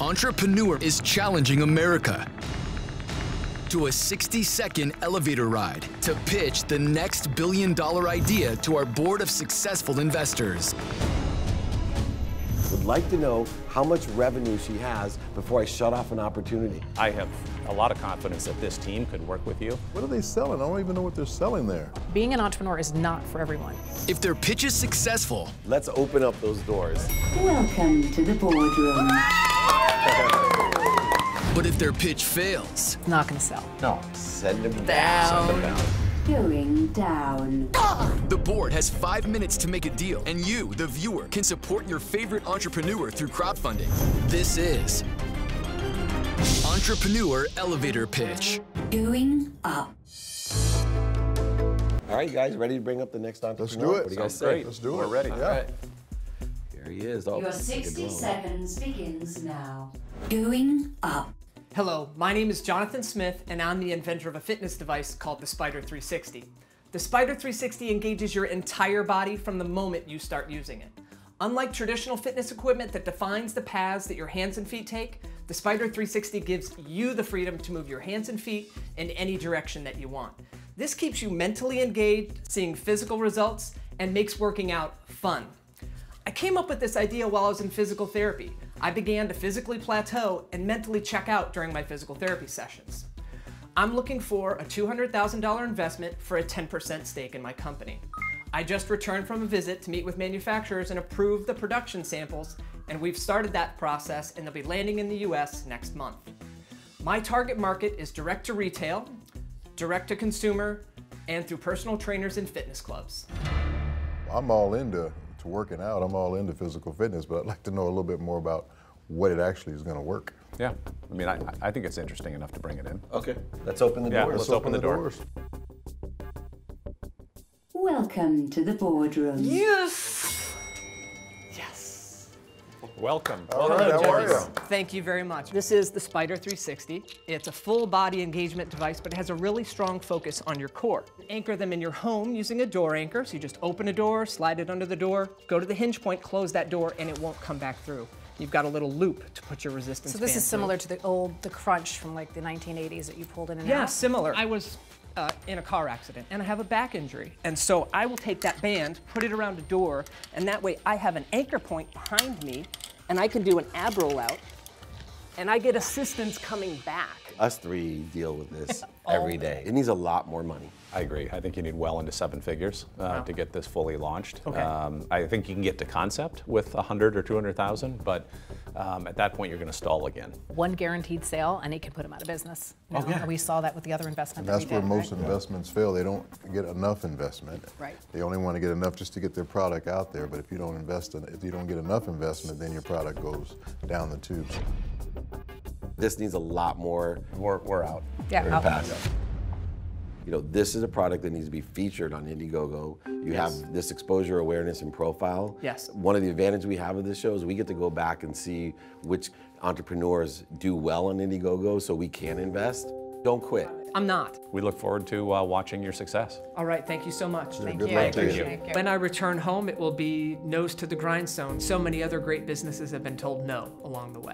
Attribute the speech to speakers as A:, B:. A: Entrepreneur is challenging America to a 60 second elevator ride to pitch the next billion dollar idea to our board of successful investors.
B: Would like to know how much revenue she has before I shut off an opportunity.
C: I have a lot of confidence that this team could work with you.
D: What are they selling? I don't even know what they're selling there.
E: Being an entrepreneur is not for everyone.
A: If their pitch is successful,
B: Let's open up those doors.
F: Welcome to the boardroom.
A: but if their pitch fails,
E: It's not going to sell.
B: No. Send them down. Send them down.
F: Going down.
A: the board has five minutes to make a deal, and you, the viewer, can support your favorite entrepreneur through crowdfunding. This is Entrepreneur Elevator Pitch.
F: Going up.
B: All right, guys, ready to bring up the next entrepreneur?
D: Let's do
B: What
D: it.
B: do you guys
D: Sounds great.
B: say?
D: Let's do it.
C: We're ready.
D: Yeah.
B: Here he is. Oh,
F: Your 60 seconds begins now. Going up.
G: Hello, my name is Jonathan Smith, and I'm the inventor of a fitness device called the Spider 360. The Spider 360 engages your entire body from the moment you start using it. Unlike traditional fitness equipment that defines the paths that your hands and feet take, the Spider 360 gives you the freedom to move your hands and feet in any direction that you want. This keeps you mentally engaged, seeing physical results, and makes working out fun. I came up with this idea while I was in physical therapy. I began to physically plateau and mentally check out during my physical therapy sessions. I'm looking for a $200,000 investment for a 10% stake in my company. I just returned from a visit to meet with manufacturers and approve the production samples, and we've started that process and they'll be landing in the US next month. My target market is direct to retail, direct to consumer, and through personal trainers and fitness clubs.
D: I'm all into to working out. I'm all into physical fitness, but I'd like to know a little bit more about what it actually is going to work.
C: Yeah. I mean, I, I think it's interesting enough to bring it in.
B: Okay, let's open the
C: Yeah,
B: doors.
C: let's open the door.
D: doors.
F: Welcome to the boardroom.
G: Yes! Yes!
C: Welcome.
D: All right, how are you?
G: Thank you very much. This is the Spider 360. It's a full body engagement device, but it has a really strong focus on your core. Anchor them in your home using a door anchor. So you just open a door, slide it under the door, go to the hinge point, close that door, and it won't come back through. You've got a little loop to put your resistance
E: So this
G: band
E: is
G: through.
E: similar to the old, the crunch from like the 1980s that you pulled in and
G: Yeah,
E: out.
G: similar. I was uh, in a car accident and I have a back injury. And so I will take that band, put it around a door, and that way I have an anchor point behind me and I can do an ab roll out and I get assistance coming back.
B: Us three deal with this every day. It needs a lot more money.
C: I agree. I think you need well into seven figures uh, to get this fully launched. Um,
G: Okay.
C: I think you can get to concept with 100 or 200,000, but um, at that point you're going to stall again.
E: One guaranteed sale, and it can put them out of business. You know, And we saw that with the other investment.
D: That's
E: that we
D: where
E: did,
D: most
E: right?
D: investments fail. They don't get enough investment.
E: Right.
D: They only want to get enough just to get their product out there. But if you don't invest in, if you don't get enough investment, then your product goes down the tubes.
B: This needs a lot more.
C: We're, we're out.
E: Yeah,
B: Very
E: out.
B: fast. You know, this is a product that needs to be featured on Indiegogo. You have this exposure, awareness, and profile.
G: Yes.
B: One of the advantages we have of this show is we get to go back and see which entrepreneurs do well on Indiegogo so we can invest. Don't quit.
G: I'm not.
C: We look forward to uh, watching your success.
G: All right, thank you so much.
D: Good
E: Yeah,
D: luck to
C: Thank
D: you.
C: you.
G: When I return home, it will be nose to the grindstone. So many other great businesses have been told no along the way.